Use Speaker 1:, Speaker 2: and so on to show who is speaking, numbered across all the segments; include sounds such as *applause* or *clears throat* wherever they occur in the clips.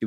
Speaker 1: He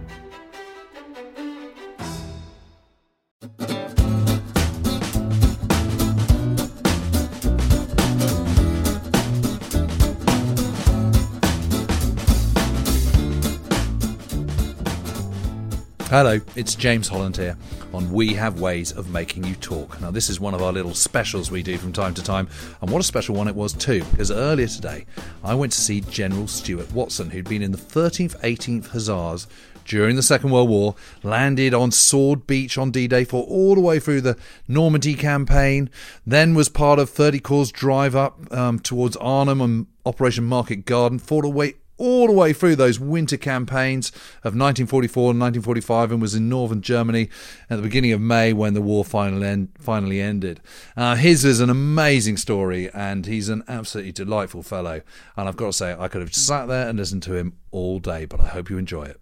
Speaker 2: Hello, it's James Holland here on We Have Ways of Making You Talk. Now, this is one of our little specials we do from time to time, and what a special one it was too, because earlier today I went to see General Stuart Watson, who'd been in the 13th 18th Hussars during the Second World War, landed on Sword Beach on D Day for all the way through the Normandy campaign, then was part of 30 Corps' drive up um, towards Arnhem and Operation Market Garden, fought away all the way through those winter campaigns of 1944 and 1945 and was in northern Germany at the beginning of May when the war finally, end, finally ended. Uh, his is an amazing story and he's an absolutely delightful fellow. And I've got to say, I could have sat there and listened to him all day, but I hope you enjoy it.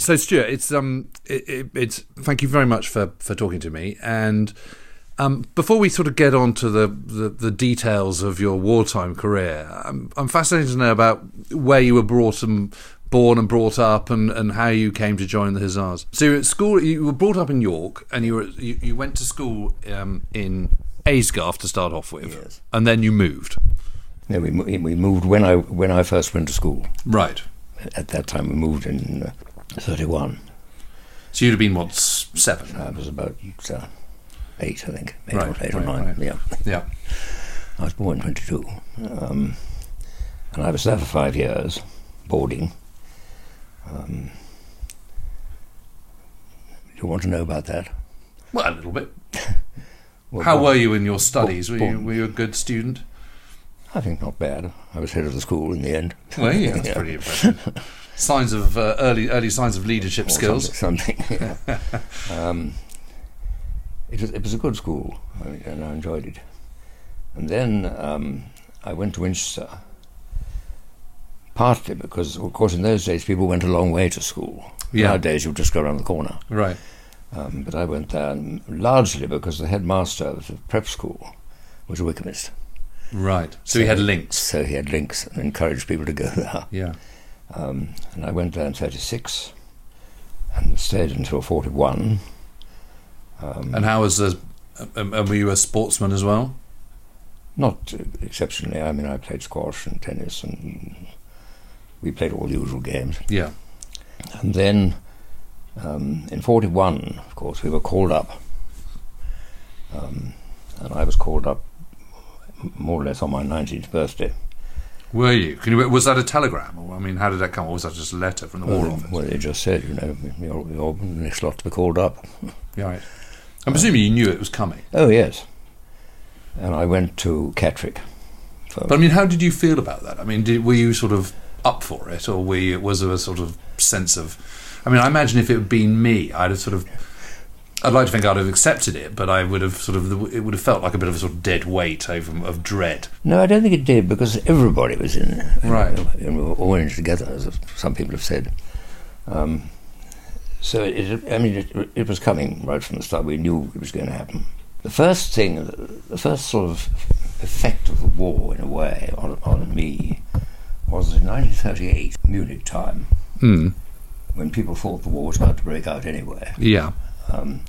Speaker 2: So, Stuart, it's um, it, it, it's thank you very much for for talking to me and. Um, before we sort of get on to the, the, the details of your wartime career, I'm, I'm, fascinated to know about where you were brought and born and brought up and, and how you came to join the Hussars. So at school, you were brought up in York and you, were, you, you went to school um, in Aysgarth to start off with.
Speaker 3: Yes.
Speaker 2: And then you moved.
Speaker 3: No, we, mo- we moved when I, when I first went to school.
Speaker 2: Right.
Speaker 3: At that time, we moved in uh, 31.
Speaker 2: So you'd have been, what, s- seven?
Speaker 3: I was about uh, eight, I think. Eight,
Speaker 2: Right,
Speaker 3: or, eight or
Speaker 2: right,
Speaker 3: nine.
Speaker 2: right.
Speaker 3: Yeah.
Speaker 2: Yeah.
Speaker 3: I was born in 22. Um, and I was there for five years, boarding. Um, do you want to know about that?
Speaker 2: Well, a little bit.
Speaker 3: Well,
Speaker 2: How
Speaker 3: well,
Speaker 2: were you in your studies? Were you,
Speaker 3: born-
Speaker 2: were you a good student?
Speaker 3: *laughs* I think not bad. I was head of the school in the end.
Speaker 2: Well,
Speaker 3: *laughs*
Speaker 2: yeah, that's pretty impressive. Signs of uh, early early signs of leadership
Speaker 3: Or
Speaker 2: skills.
Speaker 3: Something. something, yeah.
Speaker 2: *laughs*
Speaker 3: um, it, was, it was a good school, I mean, and I enjoyed it. And then um, I went to Winchester, partly because, of course, in those days people went a long way to school.
Speaker 2: Yeah.
Speaker 3: Nowadays you just go around the corner.
Speaker 2: Right.
Speaker 3: Um, but I went there and largely because the headmaster of the prep school was a Wycomist.
Speaker 2: Right. So he had links.
Speaker 3: So he had links and encouraged people to go *laughs* there.
Speaker 2: Yeah.
Speaker 3: Um, and I went there in 36 and stayed until 41. um,
Speaker 2: um, And how was the? And and were you a sportsman as well?
Speaker 3: Not exceptionally. I mean, I played squash and tennis, and we played all the usual games.
Speaker 2: Yeah.
Speaker 3: And then um, in 41, of course, we were called up. Um, and I was called up more or less on my 19th birthday.
Speaker 2: Were you? Can you? Was that a telegram? Or, I mean, how did that come? Or was that just a letter from the War
Speaker 3: Well,
Speaker 2: Office?
Speaker 3: well, they just said, you know, you're, you're the next lot to be called up.
Speaker 2: Yeah, right. I'm presuming you knew it was coming.
Speaker 3: Oh, yes. And I went to Catrick. For,
Speaker 2: But I mean, how did you feel about that? I mean, did, were you sort of up for it, or were you, was there a sort of sense of? I mean, I imagine if it had been me, I'd have sort of. I'd like to think I'd have accepted it, but I would have sort of. It would have felt like a bit of a sort of dead weight over of dread.
Speaker 3: no, I don't think it did because everybody was in there.
Speaker 2: Right.
Speaker 3: And we were all in it together, as some people have said. Um, so, it, it- I mean, it, it was coming right from the start. We knew it was going to happen. The first thing, the first sort of effect of the war, in a way, on, on me was in 1938, Munich time,
Speaker 2: Hmm.
Speaker 3: when people thought the war was about to break out anyway.
Speaker 2: Yeah.
Speaker 3: Um,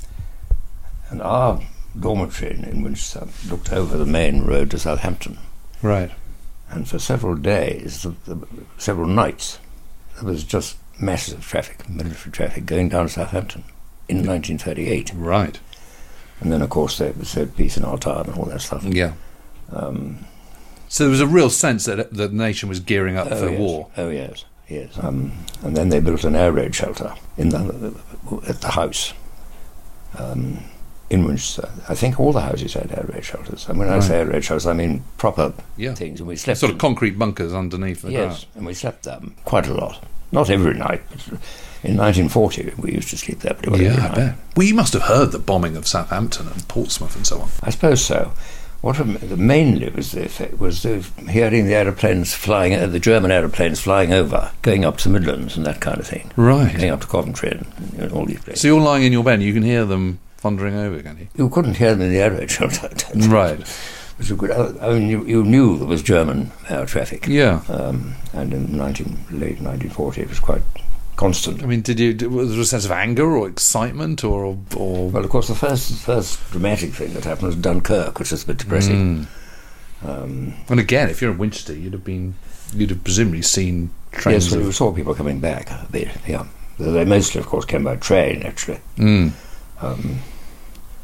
Speaker 3: and our dormitory in, in Winchester looked over the main road to Southampton.
Speaker 2: Right.
Speaker 3: And for several days, the, the, several nights, there was just massive traffic, military traffic, going down Southampton in 1938.
Speaker 2: Right.
Speaker 3: And then, of course, they said peace in our time and all that stuff.
Speaker 2: Yeah.
Speaker 3: Um,
Speaker 2: So there was a real sense that the nation was gearing up for
Speaker 3: yes.
Speaker 2: war.
Speaker 3: Oh, yes. Yes. Um, and then they built an air raid shelter in the, at the house um, in Winchester. I think all the houses had air raid shelters. And when I
Speaker 2: Right.
Speaker 3: say air raid shelters, I mean proper
Speaker 2: Yeah.
Speaker 3: things. And we slept
Speaker 2: Sort of
Speaker 3: in-
Speaker 2: concrete bunkers underneath the
Speaker 3: Yes, uh, and we slept there quite a lot. Not every night, but in 1940 we used to sleep there pretty well every
Speaker 2: Yeah, I
Speaker 3: night.
Speaker 2: bet. Well, you must have heard the bombing of Southampton and Portsmouth and so on.
Speaker 3: I suppose so. What am- the mainly was the effect was the hearing the aeroplanes flying, uh, the German aeroplanes flying over, going up to the Midlands and that kind of thing,
Speaker 2: Right.
Speaker 3: going up to Coventry and you know, all these places.
Speaker 2: So you're lying in your bed and you can hear them thundering over, can you?
Speaker 3: you couldn't hear them in the air raid *laughs* shelter.
Speaker 2: Right.
Speaker 3: It was a good, I mean, you, you knew there was German air traffic.
Speaker 2: Yeah.
Speaker 3: Um, and in 19, late 1940 it was quite constant.
Speaker 2: I mean, did you did- was there a sense of anger or excitement or or
Speaker 3: Well, of course, the first first dramatic thing that happened was Dunkirk, which was a bit depressing.
Speaker 2: Mm.
Speaker 3: Um,
Speaker 2: And again, if you're in Winchester, you'd have been you'd have presumably seen trains
Speaker 3: yes, well,
Speaker 2: of
Speaker 3: we saw people coming back. a bit, yeah, Though they mostly, of course, came by train, actually,
Speaker 2: Mm.
Speaker 3: um,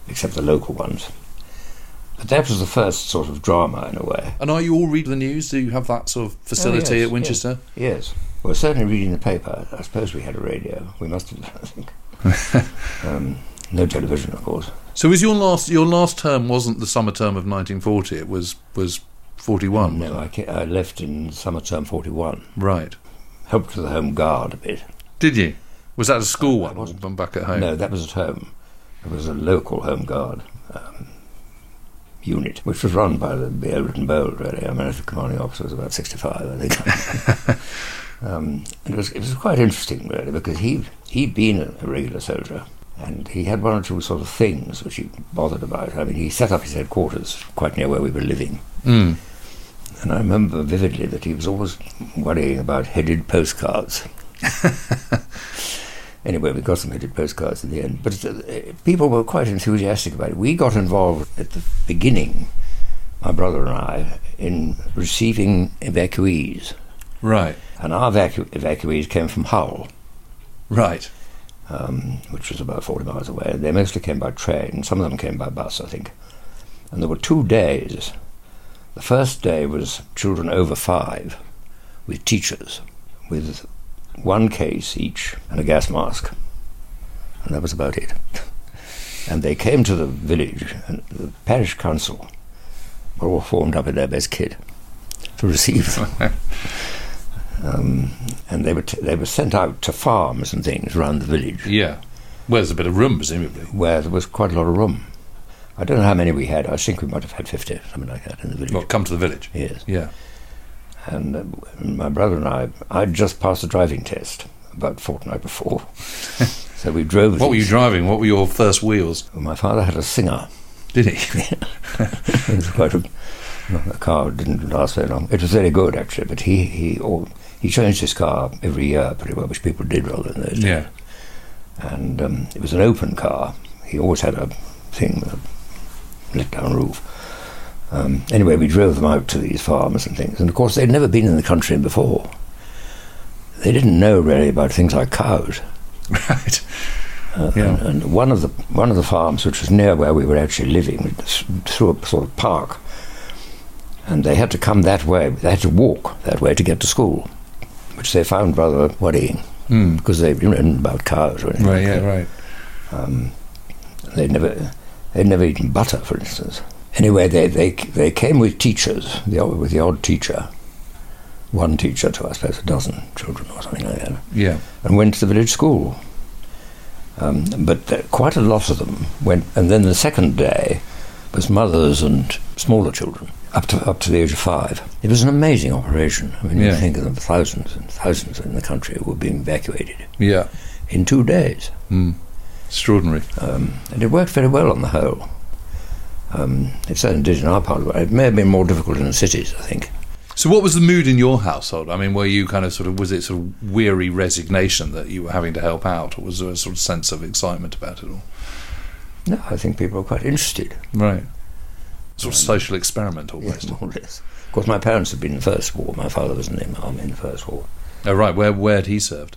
Speaker 3: except the local ones. But that was the first sort of drama, in a way.
Speaker 2: And are you all reading the news? Do you have that sort of facility
Speaker 3: Oh, yes,
Speaker 2: at Winchester?
Speaker 3: Yes, well, certainly reading the paper. I suppose we had a radio. We must have, *laughs* I think.
Speaker 2: *laughs*
Speaker 3: um, no television, of course.
Speaker 2: So was your last your last term wasn't the summer term of 1940? It was was 41.
Speaker 3: No, I, ca- I left in summer term forty-one.
Speaker 2: Right.
Speaker 3: Helped with the home guard a bit.
Speaker 2: Did you? Was that a school one?
Speaker 3: wasn't.
Speaker 2: Or back at home.
Speaker 3: No, that was at home. It was a local home guard um, unit, which was run by the the Overton Bold, really. I mean, the commanding officer was about 65, I think.
Speaker 2: *laughs*
Speaker 3: um, and it, was, it was quite interesting, really, because he, he'd been a, a regular soldier. And he had one or two sort of things which he bothered about. I mean, he set up his headquarters quite near where we were living.
Speaker 2: Mm.
Speaker 3: And I remember vividly that he was always worrying about headed postcards. anyway, we got some headed postcards in the end. But uh, people were quite enthusiastic about it. We got involved at the beginning, my brother and I, in receiving evacuees.
Speaker 2: Right.
Speaker 3: And our evacu- evacuees came from Hull,
Speaker 2: Right. *laughs*
Speaker 3: um, which was about 40 miles away. They mostly came by train. Some of them came by bus, I think. And there were two days. The first day was children over five with teachers, with one case each and a gas mask. And that was about it. *laughs* And they came to the village, and the parish council were all formed up in their best kit to receive
Speaker 2: *laughs*
Speaker 3: them. um, and they were, t- they were sent out to farms and things round the village
Speaker 2: Yeah. Well, there's a bit of room, presumably.
Speaker 3: where there was quite a lot of room. I don't know how many we had. I think we might have had 50, something like that, in the village.
Speaker 2: Well, come to the village.
Speaker 3: Yes.
Speaker 2: Yeah.
Speaker 3: And uh, my brother and I, I'd just passed the driving test about a
Speaker 2: *laughs*
Speaker 3: fortnight before. so we drove.
Speaker 2: What were you
Speaker 3: these.
Speaker 2: driving? What were your first wheels?
Speaker 3: My father had a singer.
Speaker 2: Did he?
Speaker 3: It was quite a, the car didn't last very long. It was very good, actually, but he, he, all, he changed his car every year, pretty well, which people did rather than those days.
Speaker 2: yeah. *laughs*
Speaker 3: and um, it was an open car. He always had a thing with a let down roof. Um, anyway, we drove them out to these farms and things, and of course they'd never been in the country before. They didn't know really about things like cows.
Speaker 2: Right.
Speaker 3: Uh,
Speaker 2: Yeah.
Speaker 3: and, and one of the one of the farms, which was near where we were actually living, it was through a sort of park, and they had to come that way. They had to walk that way to get to school, which they found rather worrying
Speaker 2: Mm.
Speaker 3: because they you know, didn't know about cows or anything.
Speaker 2: Right.
Speaker 3: like
Speaker 2: Yeah.
Speaker 3: that.
Speaker 2: Right.
Speaker 3: Um, they'd never they'd never eaten butter, for instance. Anyway, they they they came with teachers, the, odd- with the odd teacher, one teacher to I suppose a dozen children or something like that
Speaker 2: Yeah.
Speaker 3: and went to the village school. Um, but th- quite a lot of them went, and then the second day was mothers and smaller children up to up to the age of five. It was an amazing operation. I mean, you
Speaker 2: Yeah.
Speaker 3: think of the thousands and thousands in the country were being evacuated
Speaker 2: Yeah.
Speaker 3: in two days,
Speaker 2: Mm. Extraordinary.
Speaker 3: um, and it worked very well on the whole. Um, it certainly did in our part of it. It may have been more difficult in the cities, I think.
Speaker 2: So, what was the mood in your household? I mean, were you kind of sort of was it sort of weary resignation that you were having to help out, or was there a sort of sense of excitement about it all?
Speaker 3: No, I think people were quite interested. *laughs*
Speaker 2: Right. Sort of social experiment almost.
Speaker 3: Yes, more or less. Of course, my parents had been in the First War. My father was in the army in the First War.
Speaker 2: Oh, right. Where where had he served?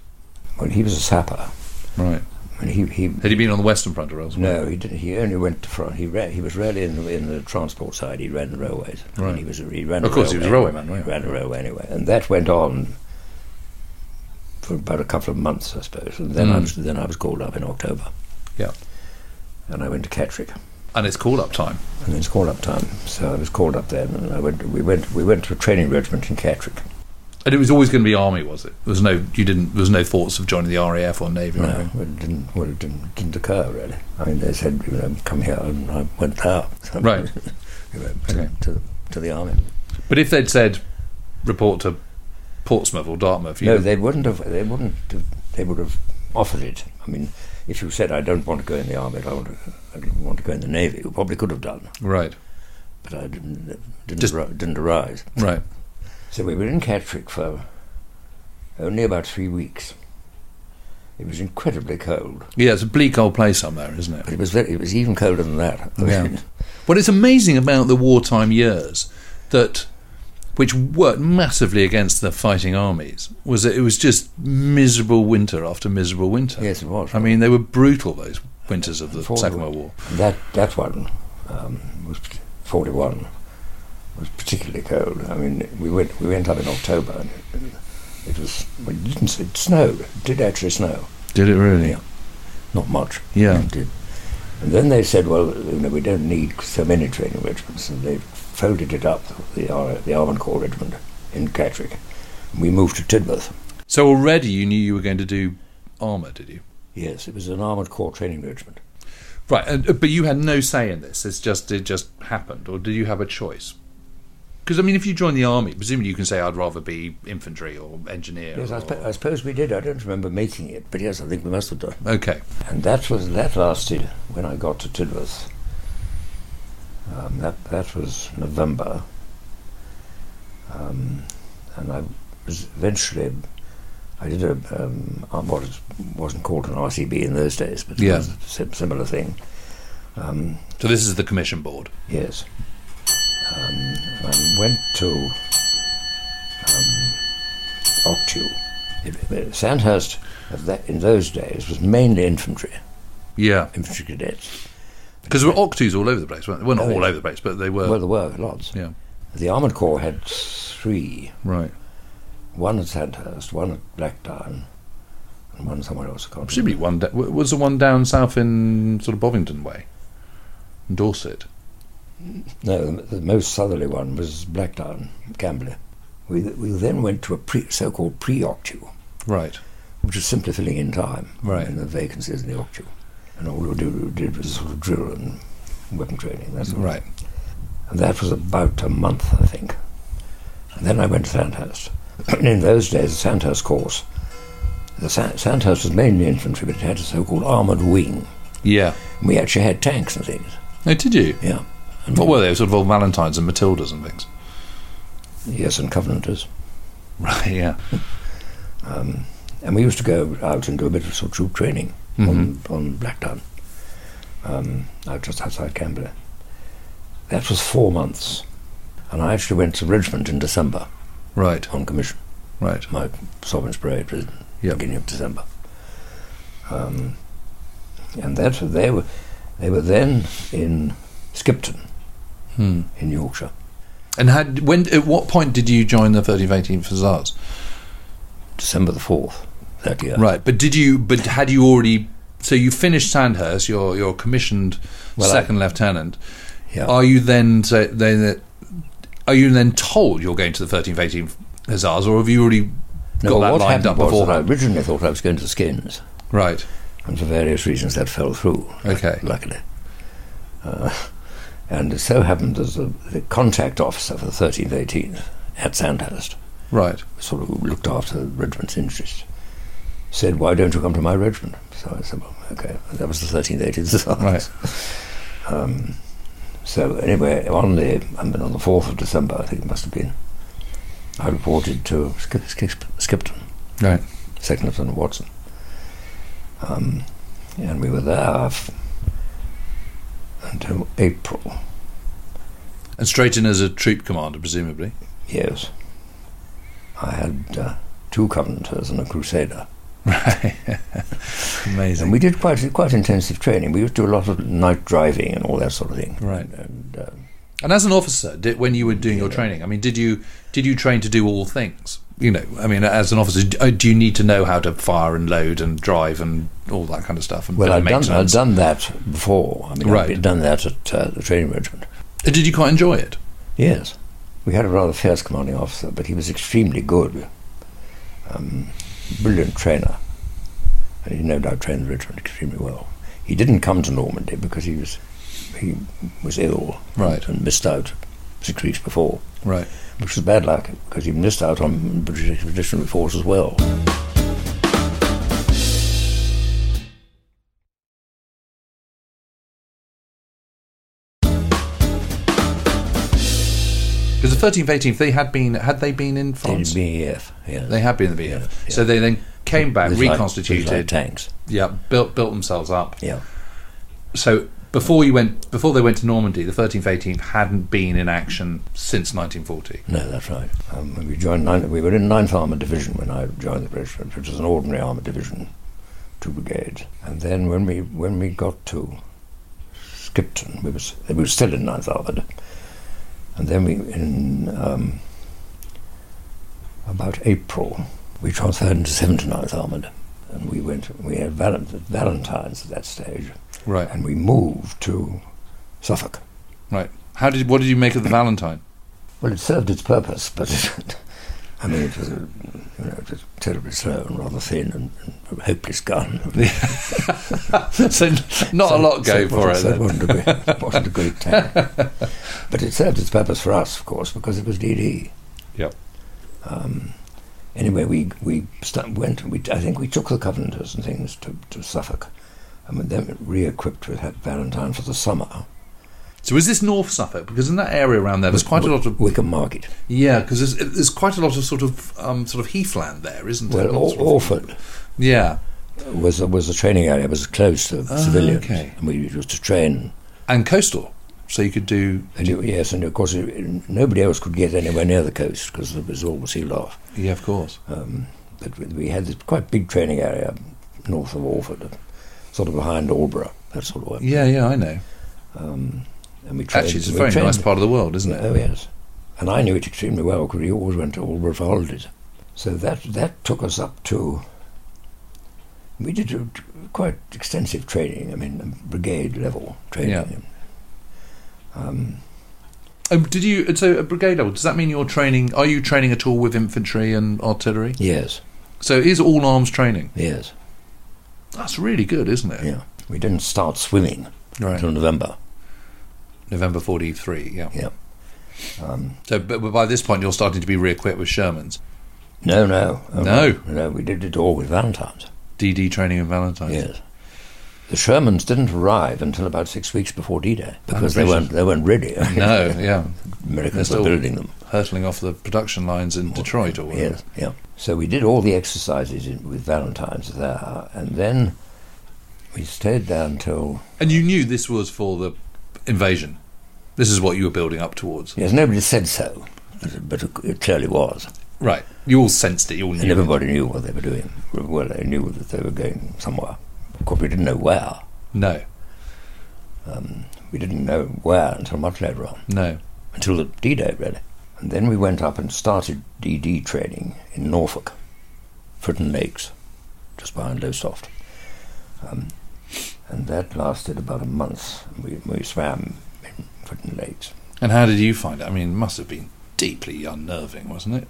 Speaker 3: Well, he was a sapper.
Speaker 2: Right.
Speaker 3: And he, he
Speaker 2: Had he been on the Western Front or elsewhere?
Speaker 3: no, he didn't. He only went to front. He ran, he was rarely in the, in the transport side. He ran the railways. I mean,
Speaker 2: Right.
Speaker 3: he was a- he ran.
Speaker 2: Of
Speaker 3: the
Speaker 2: course, he was a railwayman,
Speaker 3: He
Speaker 2: right.
Speaker 3: ran the railway anyway, and that went on for about a couple of months, I suppose. And then I
Speaker 2: Mm.
Speaker 3: was then I was called up in October.
Speaker 2: Yeah.
Speaker 3: And I went to Catrick,
Speaker 2: And it's call up time.
Speaker 3: and it's call up time. So I was called up then, and I went. We went. We went to a training regiment in Catrick.
Speaker 2: And it was always going to be army, was it? There was no you didn't there was no thoughts of joining the RAF or navy or
Speaker 3: No,
Speaker 2: anything.
Speaker 3: it didn't. Well, it didn't, didn't occur really. I mean, they said, you know, come here, and I went there. *laughs* So
Speaker 2: Right.
Speaker 3: we went to,
Speaker 2: Okay.
Speaker 3: to, to the army.
Speaker 2: But if they'd said report to Portsmouth or Dartmouth, you
Speaker 3: No,
Speaker 2: know,
Speaker 3: they wouldn't have. They wouldn't. Have, they would have offered it. I mean, if you said, "I don't want to go in the army, I, want to, I don't want to go in the navy," you probably could have done,
Speaker 2: right,
Speaker 3: but I didn't. Didn't,
Speaker 2: Just-
Speaker 3: arri- didn't arise.
Speaker 2: right.
Speaker 3: So we were in Catrick for only about three weeks. It was incredibly cold,
Speaker 2: Yeah, it's a bleak old place somewhere, isn't it?
Speaker 3: but it was very, it was even colder than that. I
Speaker 2: Yeah.
Speaker 3: mean, *laughs*
Speaker 2: What is amazing about the wartime years that which worked massively against the fighting armies was that it was just miserable winter after miserable winter.
Speaker 3: yes, it was.
Speaker 2: I mean they were brutal those winters of the
Speaker 3: Before the
Speaker 2: Second
Speaker 3: war.
Speaker 2: World War.
Speaker 3: That that one um, was p- forty-one was particularly cold. I mean, we went we went up in October, and it, it was well, it didn't it snowed. It did actually snow,
Speaker 2: Did it really?
Speaker 3: Yeah. not much.
Speaker 2: Yeah.
Speaker 3: It did. And then they said, well, you know, we don't need so many training regiments, and they folded it up the Ar- the Armoured Corps regiment in Catrick. And we moved to Tidmouth.
Speaker 2: So already you knew you were going to do armour, did you?
Speaker 3: Yes, it was an Armoured Corps training regiment.
Speaker 2: Right, and, uh, but you had no say in this. It's just it just happened, or did you have a choice? Because I mean, if you join the army, presumably you can say, "I'd rather be infantry or engineer."
Speaker 3: Yes, uh, I,
Speaker 2: or-
Speaker 3: sp- I suppose we did. I don't remember making it, but yes, I think we must have done.
Speaker 2: okay,
Speaker 3: And that was that lasted when I got to Tidworth. Um, that that was November, um, and I was eventually I did a um, uh, what is, wasn't called an RCB in those days, but
Speaker 2: Yeah.
Speaker 3: it was a sim- similar thing. Um,
Speaker 2: so this is the commission board.
Speaker 3: yes, um, I went to um, Octu. It- it- Sandhurst of that, in those days was mainly infantry,
Speaker 2: Yeah,
Speaker 3: infantry cadets.
Speaker 2: because there were octus all over the place. Weren't they? Well, not
Speaker 3: Oh,
Speaker 2: all
Speaker 3: yeah.
Speaker 2: over the place, but they were.
Speaker 3: well, there were lots.
Speaker 2: yeah,
Speaker 3: The Armoured Corps had three
Speaker 2: right.
Speaker 3: one at Sandhurst, one at Blackdown, and one somewhere else. I can't
Speaker 2: Presumably,
Speaker 3: remember.
Speaker 2: one da- w- was the one down south in sort of Bovington way, in Dorset.
Speaker 3: No, the, the most southerly one was Blackdown, Camberley. We, we then went to a pre, so called pre octu,
Speaker 2: Right.
Speaker 3: which is simply filling in time
Speaker 2: Right.
Speaker 3: in the vacancies in the octu. And all we did, we did was sort of drill and weapon training. That's all.
Speaker 2: Right.
Speaker 3: And that was about a month, I think. And then I went to Sandhurst. *clears throat* And in those days, the Sandhurst course, the Sa- Sandhurst was mainly infantry, but it had a so-called armoured wing.
Speaker 2: Yeah.
Speaker 3: And we actually had tanks and things.
Speaker 2: No, did you?
Speaker 3: Yeah. And
Speaker 2: What were they? Sort of old Valentines and Matildas and things. *laughs*
Speaker 3: Yes, and Covenanters.
Speaker 2: Right. Yeah.
Speaker 3: Um, and we used to go out and do a bit of sort of troop training on, on Blackdown, um, out just outside Camberley. That was four months. And I actually went to Richmond in December
Speaker 2: Right.
Speaker 3: on commission.
Speaker 2: Right.
Speaker 3: My Sovereign's Parade was
Speaker 2: Yeah.
Speaker 3: beginning of December. Um, and that they were, they were then in Skipton
Speaker 2: Hmm.
Speaker 3: in Yorkshire.
Speaker 2: And had when at what point did you join the 30th 18th Hussars?
Speaker 3: December the 4th that year.
Speaker 2: Right, but did you? But had you already? So you finished Sandhurst. You're you're commissioned
Speaker 3: Well, I-
Speaker 2: second lieutenant.
Speaker 3: Yeah.
Speaker 2: Are you then so then are you then told you're going to the 13th 18th Hussars, or have you already
Speaker 3: No,
Speaker 2: got that
Speaker 3: what
Speaker 2: lined
Speaker 3: happened
Speaker 2: up
Speaker 3: was that
Speaker 2: beforehand?
Speaker 3: I originally thought I was going to Skins,
Speaker 2: Right.
Speaker 3: and for various reasons that fell through.
Speaker 2: Okay.
Speaker 3: Luckily. Uh, *laughs* and it so happened that the, the contact officer for the 13th 18th at Sandhurst,
Speaker 2: Right.
Speaker 3: sort of looked after the regiment's interests, said, Why don't you come to my regiment? So I said, Well, okay. That was the 13th *laughs* 18th Hussars.
Speaker 2: Right.
Speaker 3: Um, so anyway, on the I mean, on the fourth of December, I think it must have been, I reported to Skip, Skip, Skipton,
Speaker 2: Right.
Speaker 3: Second Lieutenant Watson, um, and we were there f- until April.
Speaker 2: And straight in as a troop commander, presumably. *laughs*
Speaker 3: Yes, I had uh, two Covenanters and a Crusader,
Speaker 2: Right. *laughs* Amazing.
Speaker 3: and we did quite quite intensive training. We used to do a lot of night driving and all that sort of thing.
Speaker 2: Right.
Speaker 3: And, uh,
Speaker 2: And as an officer, did, when you were doing your training, I mean, did you did you train to do all things? You know, I mean, as an officer, do uh, do you need to know how to fire and load and drive and all that kind of stuff? And
Speaker 3: well,
Speaker 2: bit of
Speaker 3: I'd done, I'd
Speaker 2: maintenance?
Speaker 3: done that before. I mean,
Speaker 2: Right.
Speaker 3: I'd done that at uh, the training regiment.
Speaker 2: Uh, Did you quite enjoy it?
Speaker 3: Yes. We had a rather fierce commanding officer, but he was extremely good. Um, brilliant trainer. And he no doubt trained the regiment extremely well. He didn't come to Normandy because he was he was ill
Speaker 2: Right.
Speaker 3: and missed out six weeks before,
Speaker 2: Right.
Speaker 3: which was bad luck because he missed out on British Expeditionary Force as well.
Speaker 2: Because the thirteenth, eighteenth, they had been had they been in France?
Speaker 3: In BEF, yes.
Speaker 2: They had been in the BF.
Speaker 3: Yeah,
Speaker 2: So
Speaker 3: yeah.
Speaker 2: they then came back,
Speaker 3: With light-
Speaker 2: reconstituted,
Speaker 3: with light tanks.
Speaker 2: yeah, built built themselves up.
Speaker 3: Yeah.
Speaker 2: So before you went before they went to Normandy, the thirteenth, eighteenth hadn't been in action since nineteen forty.
Speaker 3: No, that's right. Um, when we joined nine, we were in Ninth Armoured Division when I joined the regiment, which was an ordinary armoured division, two brigades. And then when we when we got to Skipton, we was we were still in Ninth Armoured. And then we in um, about April we transferred into 79th Armoured, and we went we had Val- Valentine's at that stage,
Speaker 2: Right.
Speaker 3: and we moved to Suffolk.
Speaker 2: Right. How did what did you make of the Valentine?
Speaker 3: Well, it served its purpose, but it, *laughs* I mean, it was, a, you know, it was terribly slow and rather thin and, and a hopeless gun. *laughs*
Speaker 2: *laughs* so n- not a lot
Speaker 3: So
Speaker 2: going for it.
Speaker 3: wasn't- so
Speaker 2: then.
Speaker 3: wasn't, a great, *laughs* it wasn't a great tank. But it served its purpose for us, of course, because it was DD.
Speaker 2: Yep.
Speaker 3: Um, anyway, we we st- went. and We, I think we took the Covenanters and things to, to Suffolk, and were then re-equipped with Valentine for the summer.
Speaker 2: So is this North Suffolk? Because in that area around there, there's quite a lot of
Speaker 3: Wickham Market.
Speaker 2: yeah. Because there's, there's quite a lot of sort of um, sort of heathland there, isn't there?
Speaker 3: Well,
Speaker 2: Lots
Speaker 3: Or-
Speaker 2: of-
Speaker 3: Orford.
Speaker 2: Yeah,
Speaker 3: was a, was a training area. It was closed to
Speaker 2: Ah,
Speaker 3: civilians,
Speaker 2: okay.
Speaker 3: and we used to train.
Speaker 2: and coastal. So you could do
Speaker 3: And you, yes, and of course, you- nobody else could get anywhere near the coast because it was all sealed off.
Speaker 2: yeah, of course.
Speaker 3: Um, but we- we had this quite big training area north of Orford, sort of behind Alborough, that sort of way.
Speaker 2: Yeah, yeah, I know.
Speaker 3: Um, and we trained,
Speaker 2: Actually, it's a
Speaker 3: we
Speaker 2: very
Speaker 3: trained-
Speaker 2: nice part of the world, isn't
Speaker 3: Oh
Speaker 2: it?
Speaker 3: yes, and I knew it extremely well because we always went to Alborough for holidays. So that that took us up to. We did a, quite extensive training. I mean, brigade level training.
Speaker 2: Yeah.
Speaker 3: Um,
Speaker 2: Um, did you? So a brigade level. Does that mean you're training? Are you training at all with infantry and artillery?
Speaker 3: yes,
Speaker 2: So it is all arms training.
Speaker 3: yes,
Speaker 2: That's really good, isn't it?
Speaker 3: yeah. We didn't start swimming
Speaker 2: Right.
Speaker 3: until November.
Speaker 2: November forty-three. Yeah.
Speaker 3: Yeah. Um,
Speaker 2: So, but, but by this point, you're starting to be re-equipped with Shermans,
Speaker 3: no, no, Oh,
Speaker 2: No.
Speaker 3: no. We did it all with Valentine's.
Speaker 2: DD training, and Valentine's.
Speaker 3: Yes. The Shermans didn't arrive until about six weeks before D-Day because they
Speaker 2: Oh, gracious.
Speaker 3: weren't they weren't ready.
Speaker 2: *laughs* *laughs* No, yeah,
Speaker 3: *laughs* Americans
Speaker 2: They're
Speaker 3: were
Speaker 2: still-
Speaker 3: building them.
Speaker 2: hurtling off the production lines in Detroit or whatever.
Speaker 3: Yes, yeah. So we did all the exercises in, with Valentine's there, and then we stayed there until
Speaker 2: And you knew this was for the invasion. This is what you were building up towards.
Speaker 3: Yes, nobody said so, but it clearly was.
Speaker 2: Right. You all sensed it. You all
Speaker 3: And
Speaker 2: knew.
Speaker 3: everybody knew what they were doing. Well, they knew that they were going somewhere. Of course, we didn't know where.
Speaker 2: No.
Speaker 3: Um, We didn't know where until much later on,
Speaker 2: No.
Speaker 3: until the D-Day, really. And then we went up and started DD training in Norfolk, Fritton Lakes, just behind Lowestoft. Um, and that lasted about a month. We, we swam in Fritton Lakes.
Speaker 2: And how did you find it? I mean, it must have been deeply unnerving, wasn't it?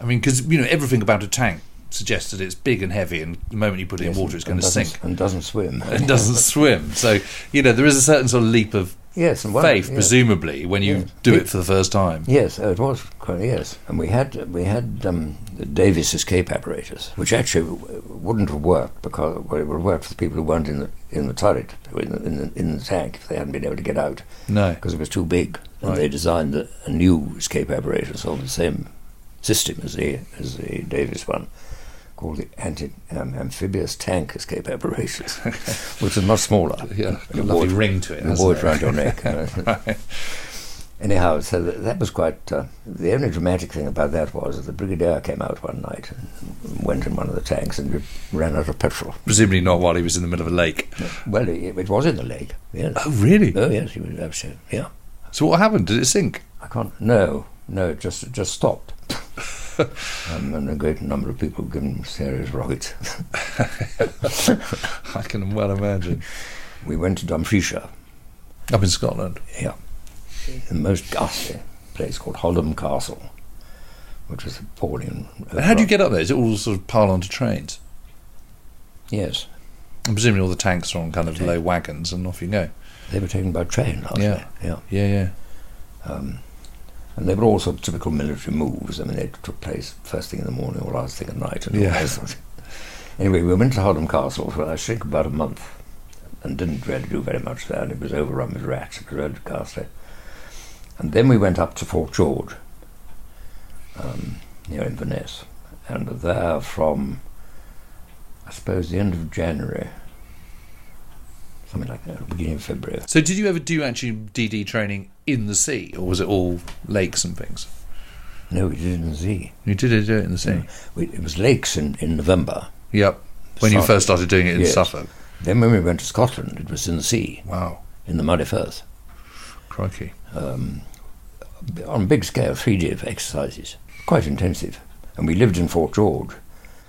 Speaker 2: I mean, because you know everything about a tank suggests that it's big and heavy, and the moment you put it
Speaker 3: Yes,
Speaker 2: in water, it's
Speaker 3: and
Speaker 2: going to
Speaker 3: doesn't-
Speaker 2: sink.
Speaker 3: And doesn't swim.
Speaker 2: *laughs* It doesn't swim. So you know there is a certain sort of leap of
Speaker 3: Yes, and one-
Speaker 2: faith,
Speaker 3: yes.
Speaker 2: presumably, when you
Speaker 3: Yes.
Speaker 2: do
Speaker 3: It-
Speaker 2: it for the first time.
Speaker 3: Yes, oh, it was quite yes, and we had we had um, the Davis escape apparatus, which actually w- wouldn't have worked because well, it would have worked for the people who weren't in the in the turret in the, in the, in the tank if they hadn't been able to get out
Speaker 2: No.
Speaker 3: because it was too big, and
Speaker 2: Right.
Speaker 3: they designed a, a new escape apparatus on the same system as the as the Davis one. Called the anti um, amphibious tank
Speaker 2: *laughs*
Speaker 3: escape apparatus, which was much smaller.
Speaker 2: Yeah,
Speaker 3: And
Speaker 2: a
Speaker 3: it
Speaker 2: lovely
Speaker 3: wore-
Speaker 2: ring to it,
Speaker 3: You
Speaker 2: hasn't
Speaker 3: wore it
Speaker 2: it?
Speaker 3: round
Speaker 2: *laughs*
Speaker 3: your neck. Anyhow, so that, that was quite. Uh, the only dramatic thing about that was that the brigadier came out one night and went in one of the tanks and re- ran out of petrol.
Speaker 2: Presumably not while he was in the middle of a lake.
Speaker 3: Well, it, it was in the lake. Yes.
Speaker 2: Oh, really?
Speaker 3: Oh, yes, he was absolutely. Yeah,
Speaker 2: So what happened? Did it sink? *laughs*
Speaker 3: I can't. No, no, it just it just stopped. um, and a great number of people were given serious
Speaker 2: *laughs*
Speaker 3: rockets.
Speaker 2: I can well imagine.
Speaker 3: we went to Dumfriesshire,
Speaker 2: Up in Scotland.
Speaker 3: Yeah. The most ghastly place called Holdham Castle, which was appalling.
Speaker 2: And how do you get up there? Is it all sort of piled onto trains?
Speaker 3: Yes.
Speaker 2: And presumably all the tanks are on kind of low wagons, and off you go.
Speaker 3: They were taken by train last
Speaker 2: Yeah.
Speaker 3: Yeah.
Speaker 2: Yeah, yeah.
Speaker 3: And they were all sort of typical military moves. I mean, they took place first thing in the morning or last thing at night. And all
Speaker 2: Yeah.
Speaker 3: that sort of- *laughs* Anyway, we went to Holdham Castle for, I think, about a month and didn't really do very much there. And it was overrun with rats. It was really ghastly. And then we went up to Fort George um, near Inverness. And were there from, I suppose, the end of January, something like that, beginning of February.
Speaker 2: So did you ever do actually DD training in the sea, or was it all lakes and things?
Speaker 3: No, we didn't see.
Speaker 2: You did do it in the sea.
Speaker 3: We, it was lakes in, in November.
Speaker 2: Yep. When you
Speaker 3: Suffolk.
Speaker 2: first started doing it in
Speaker 3: Yes.
Speaker 2: Suffolk.
Speaker 3: Then when we went to Scotland, it was in the sea,
Speaker 2: Wow.
Speaker 3: in the muddy firth, um,
Speaker 2: Crikey.
Speaker 3: on a big scale, three day exercises, quite intensive. And we lived in Fort George.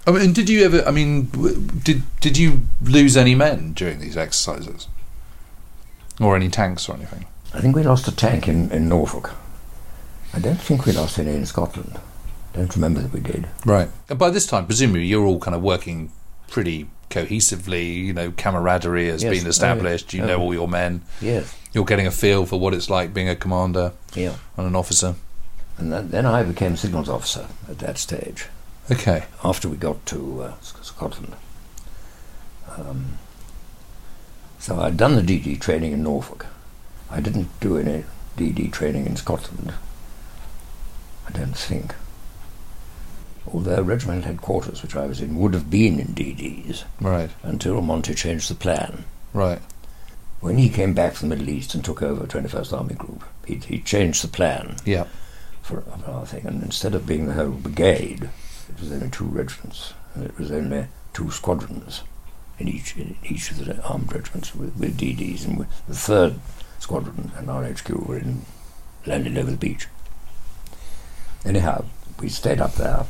Speaker 2: I mean, and did you ever? I mean, w- did did you lose any men during these exercises, or any tanks or anything?
Speaker 3: I think we lost a tank in, in Norfolk. I don't think we lost any in Scotland. Don't remember that we did.
Speaker 2: Right. And by this time, presumably, you're all kind of working pretty cohesively. You know, camaraderie has
Speaker 3: Yes. Oh,
Speaker 2: been
Speaker 3: yeah.
Speaker 2: established. You
Speaker 3: Oh.
Speaker 2: know all your men.
Speaker 3: Yes.
Speaker 2: You're getting a feel for what it's like being a commander
Speaker 3: Yeah.
Speaker 2: and an officer.
Speaker 3: And then, then I became signals officer at that stage.
Speaker 2: Okay.
Speaker 3: after we got to uh, S- Scotland. Um, so I'd done the DD training in Norfolk. I didn't do any DD training in Scotland. I don't think. Although regimental headquarters, which I was in, would have been in DDs
Speaker 2: Right.
Speaker 3: until Monty changed the plan.
Speaker 2: Right.
Speaker 3: When he came back from the Middle East and took over 21st Army Group, he, he changed the plan
Speaker 2: Yeah.
Speaker 3: for, for our thing. And instead of being the whole brigade, it was only two regiments, and it was only two squadrons in each in each of the armed regiments with, with DDs, and with the third squadron and RHQ were in landed over the beach. Anyhow, we stayed up there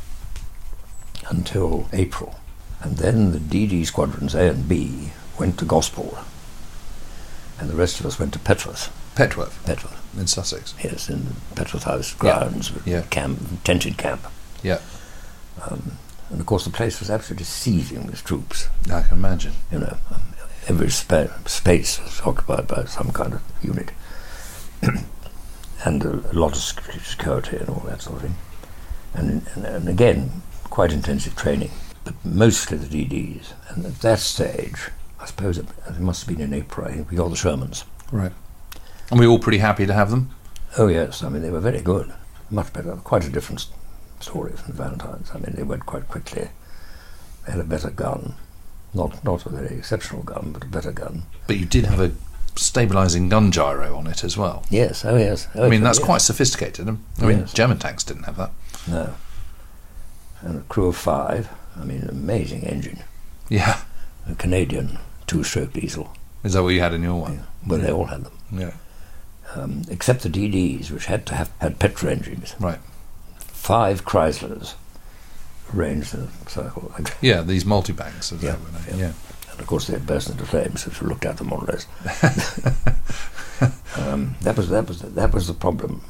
Speaker 3: until April, and then the DD squadrons A and B went to Gosport, and the rest of us went to Petworth.
Speaker 2: Petworth
Speaker 3: Petworth.
Speaker 2: in Sussex.
Speaker 3: Yes, in the Petworth House grounds,
Speaker 2: Yeah.
Speaker 3: camp, tented camp.
Speaker 2: Yeah.
Speaker 3: And of course, the place was absolutely seething with troops.
Speaker 2: I can imagine.
Speaker 3: You know, um, every spa- space was occupied by some kind of unit, *clears throat* and a, a lot of sec- security and all that sort of thing. And, and, and again, quite intensive training, but mostly the DDs. And at that stage, I suppose it, it must have been in April, I think we got the Shermans.
Speaker 2: Right. And we were all pretty happy to have them.
Speaker 3: Oh yes, I mean they were very good, much better. Quite a different s- story from the Valentines. I mean they went quite quickly. They had a better gun, not not a very exceptional gun, but a better gun.
Speaker 2: But you did have a stabilizing gun gyro on it as well.
Speaker 3: Yes, oh yes. Oh,
Speaker 2: I mean,
Speaker 3: it's-
Speaker 2: that's
Speaker 3: yeah.
Speaker 2: quite sophisticated. I mean,
Speaker 3: Yes.
Speaker 2: German tanks didn't have that.
Speaker 3: No. And a crew of five. I mean, amazing engine.
Speaker 2: Yeah.
Speaker 3: A Canadian two-stroke diesel.
Speaker 2: *laughs* Is that what you had in your one?
Speaker 3: Well, they all had them,
Speaker 2: Yeah.
Speaker 3: um, except the DDs, which had to have had petrol engines.
Speaker 2: Right.
Speaker 3: Five Chryslers arranged in a circle, like that.
Speaker 2: Yeah, these multi banks.
Speaker 3: Yeah,
Speaker 2: Yeah.
Speaker 3: yeah.
Speaker 2: yeah.
Speaker 3: and of course they had burst into flames if you looked at them more or less. um, that was that was that was the problem.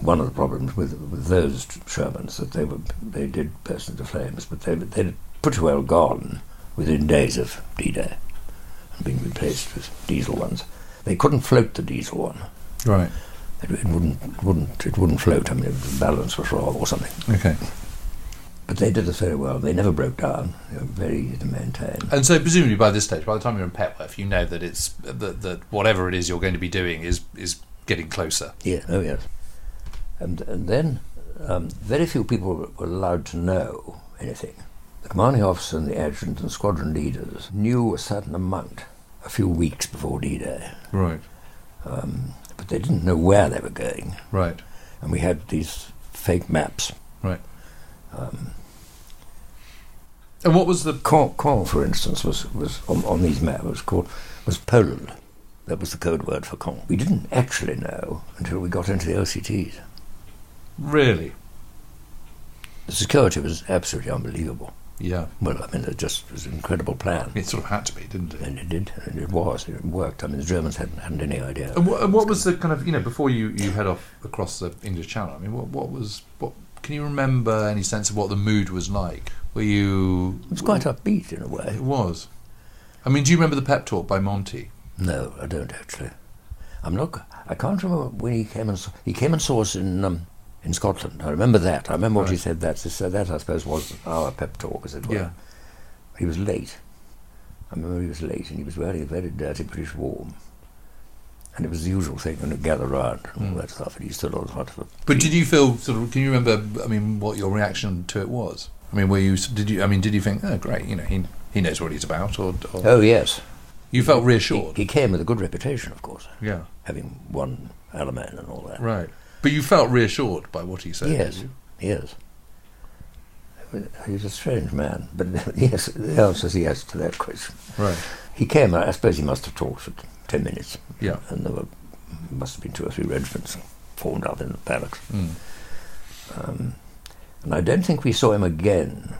Speaker 3: One of the problems with with those Shermans that they were they did burst into flames, but they were- they'd pretty well gone within days of D-Day and being replaced with diesel ones. They couldn't float the diesel one.
Speaker 2: Right.
Speaker 3: It, it wouldn't, it wouldn't, it wouldn't float. I mean, the balance was wrong or something.
Speaker 2: Okay.
Speaker 3: But they did it very well. They never broke down. They were very easy to maintain.
Speaker 2: And so, presumably, by this stage, by the time you're in Petworth, you know that it's that, that whatever it is you're going to be doing is is getting closer.
Speaker 3: Yes. Oh, yes. And, and then um, very few people were allowed to know anything. The commanding officer and the adjutant and squadron leaders knew a certain amount a few weeks before D-Day,
Speaker 2: Right.
Speaker 3: but they didn't know where they were going.
Speaker 2: Right.
Speaker 3: And we had these fake maps.
Speaker 2: Right. and what was the
Speaker 3: Caen, Caen for instance, was, was on, on these maps was called was Poland. That was the code word for Caen. We didn't actually know until we got into the OCTs.
Speaker 2: really?
Speaker 3: The security was absolutely unbelievable.
Speaker 2: Yeah.
Speaker 3: Well, I mean, it just was an incredible plan.
Speaker 2: It sort of had to be, didn't it?
Speaker 3: And it did, and it was, and it worked. I mean, the Germans hadn't, hadn't any idea.
Speaker 2: And what, and what was the kind of you know before you, you head off across the English Channel? I mean, what what was what? Can you remember any sense of what the mood was like? Were you?
Speaker 3: It was quite upbeat in a way.
Speaker 2: It was. I mean, do you remember the pep talk by Monty?
Speaker 3: No, I don't actually. I'm not. c- I can't remember when he came and s- he came and saw us in um, in Scotland. I remember that. I remember what he
Speaker 2: Right.
Speaker 3: said. That so that I suppose was our pep talk, as it were.
Speaker 2: Yeah.
Speaker 3: He was late. I remember he was late, and he was wearing a very dirty British warm. And it was the usual thing when you gather round and
Speaker 2: Hmm.
Speaker 3: all that stuff. And he stood on the front of the
Speaker 2: But did you feel sort of? Can you remember? I mean, what your reaction to it was? I mean, were you? Did you? I mean, did you think, oh, great, you know, he he knows what he's about, or, or
Speaker 3: Oh yes,
Speaker 2: you felt
Speaker 3: he,
Speaker 2: reassured?
Speaker 3: he came with a good reputation, of course,
Speaker 2: yeah,
Speaker 3: having won Alamein and all that.
Speaker 2: right. But you felt reassured by what he said. did
Speaker 3: Yes,
Speaker 2: you?
Speaker 3: yes. He's a strange man, but *laughs* yes, the answer is yes to that question.
Speaker 2: right.
Speaker 3: He came, I suppose he must have talked for t- 10 minutes,
Speaker 2: Yeah.
Speaker 3: and there were, must have been two or three regiments formed up in the barracks.
Speaker 2: Mm.
Speaker 3: Um, and I don't think we saw him again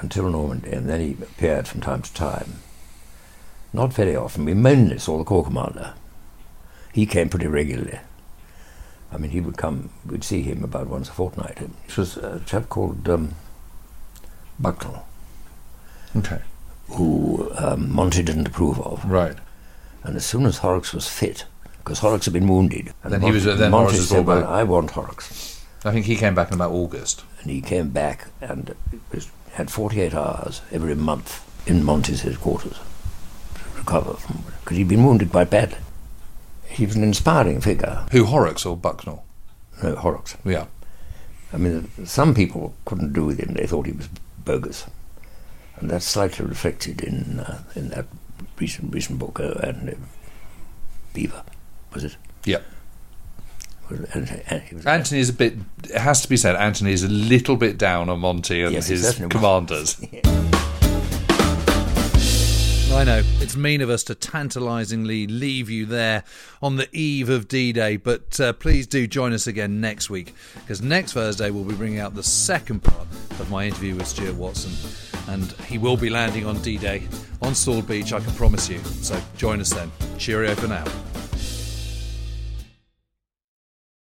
Speaker 3: until Normandy, and then he appeared from time to time. Not very often. We mainly saw the corps commander. He came pretty regularly. I mean, he would come, we'd see him about once a fortnight. It was a chap called um, Bucknell,
Speaker 2: Okay.
Speaker 3: who um, Monty didn't approve of.
Speaker 2: Right.
Speaker 3: And as soon as Horrocks was fit, because Horrocks had been wounded, and
Speaker 2: Then he was- then
Speaker 3: Monty
Speaker 2: Horrocks was
Speaker 3: said,
Speaker 2: brought
Speaker 3: well,
Speaker 2: back."
Speaker 3: I want Horrocks.
Speaker 2: I think he came back in about August.
Speaker 3: and he came back and it was, had 48 hours every month in Monty's headquarters to recover from because he'd been wounded quite badly. He was an inspiring figure,
Speaker 2: Who Horrocks or Bucknell?
Speaker 3: no, Horrocks.
Speaker 2: Yeah.
Speaker 3: I mean, some people couldn't do with him; they thought he was bogus, and that's slightly reflected in uh, in that recent recent book, uh, and uh, Beaver, was it?
Speaker 2: Yeah.
Speaker 3: Was- And, and he was
Speaker 2: Anthony is a bit. It has to be said. Anthony is a little bit down on Monty and
Speaker 3: Yes, he
Speaker 2: his
Speaker 3: certainly was.
Speaker 2: commanders.
Speaker 3: *laughs*
Speaker 2: I know, it's mean of us to tantalisingly leave you there on the eve of D Day, but uh, please do join us again next week because next Thursday we'll be bringing out the second part of my interview with Stuart Watson and he will be landing on D Day on Sword Beach, I can promise you. So join us then. Cheerio for now.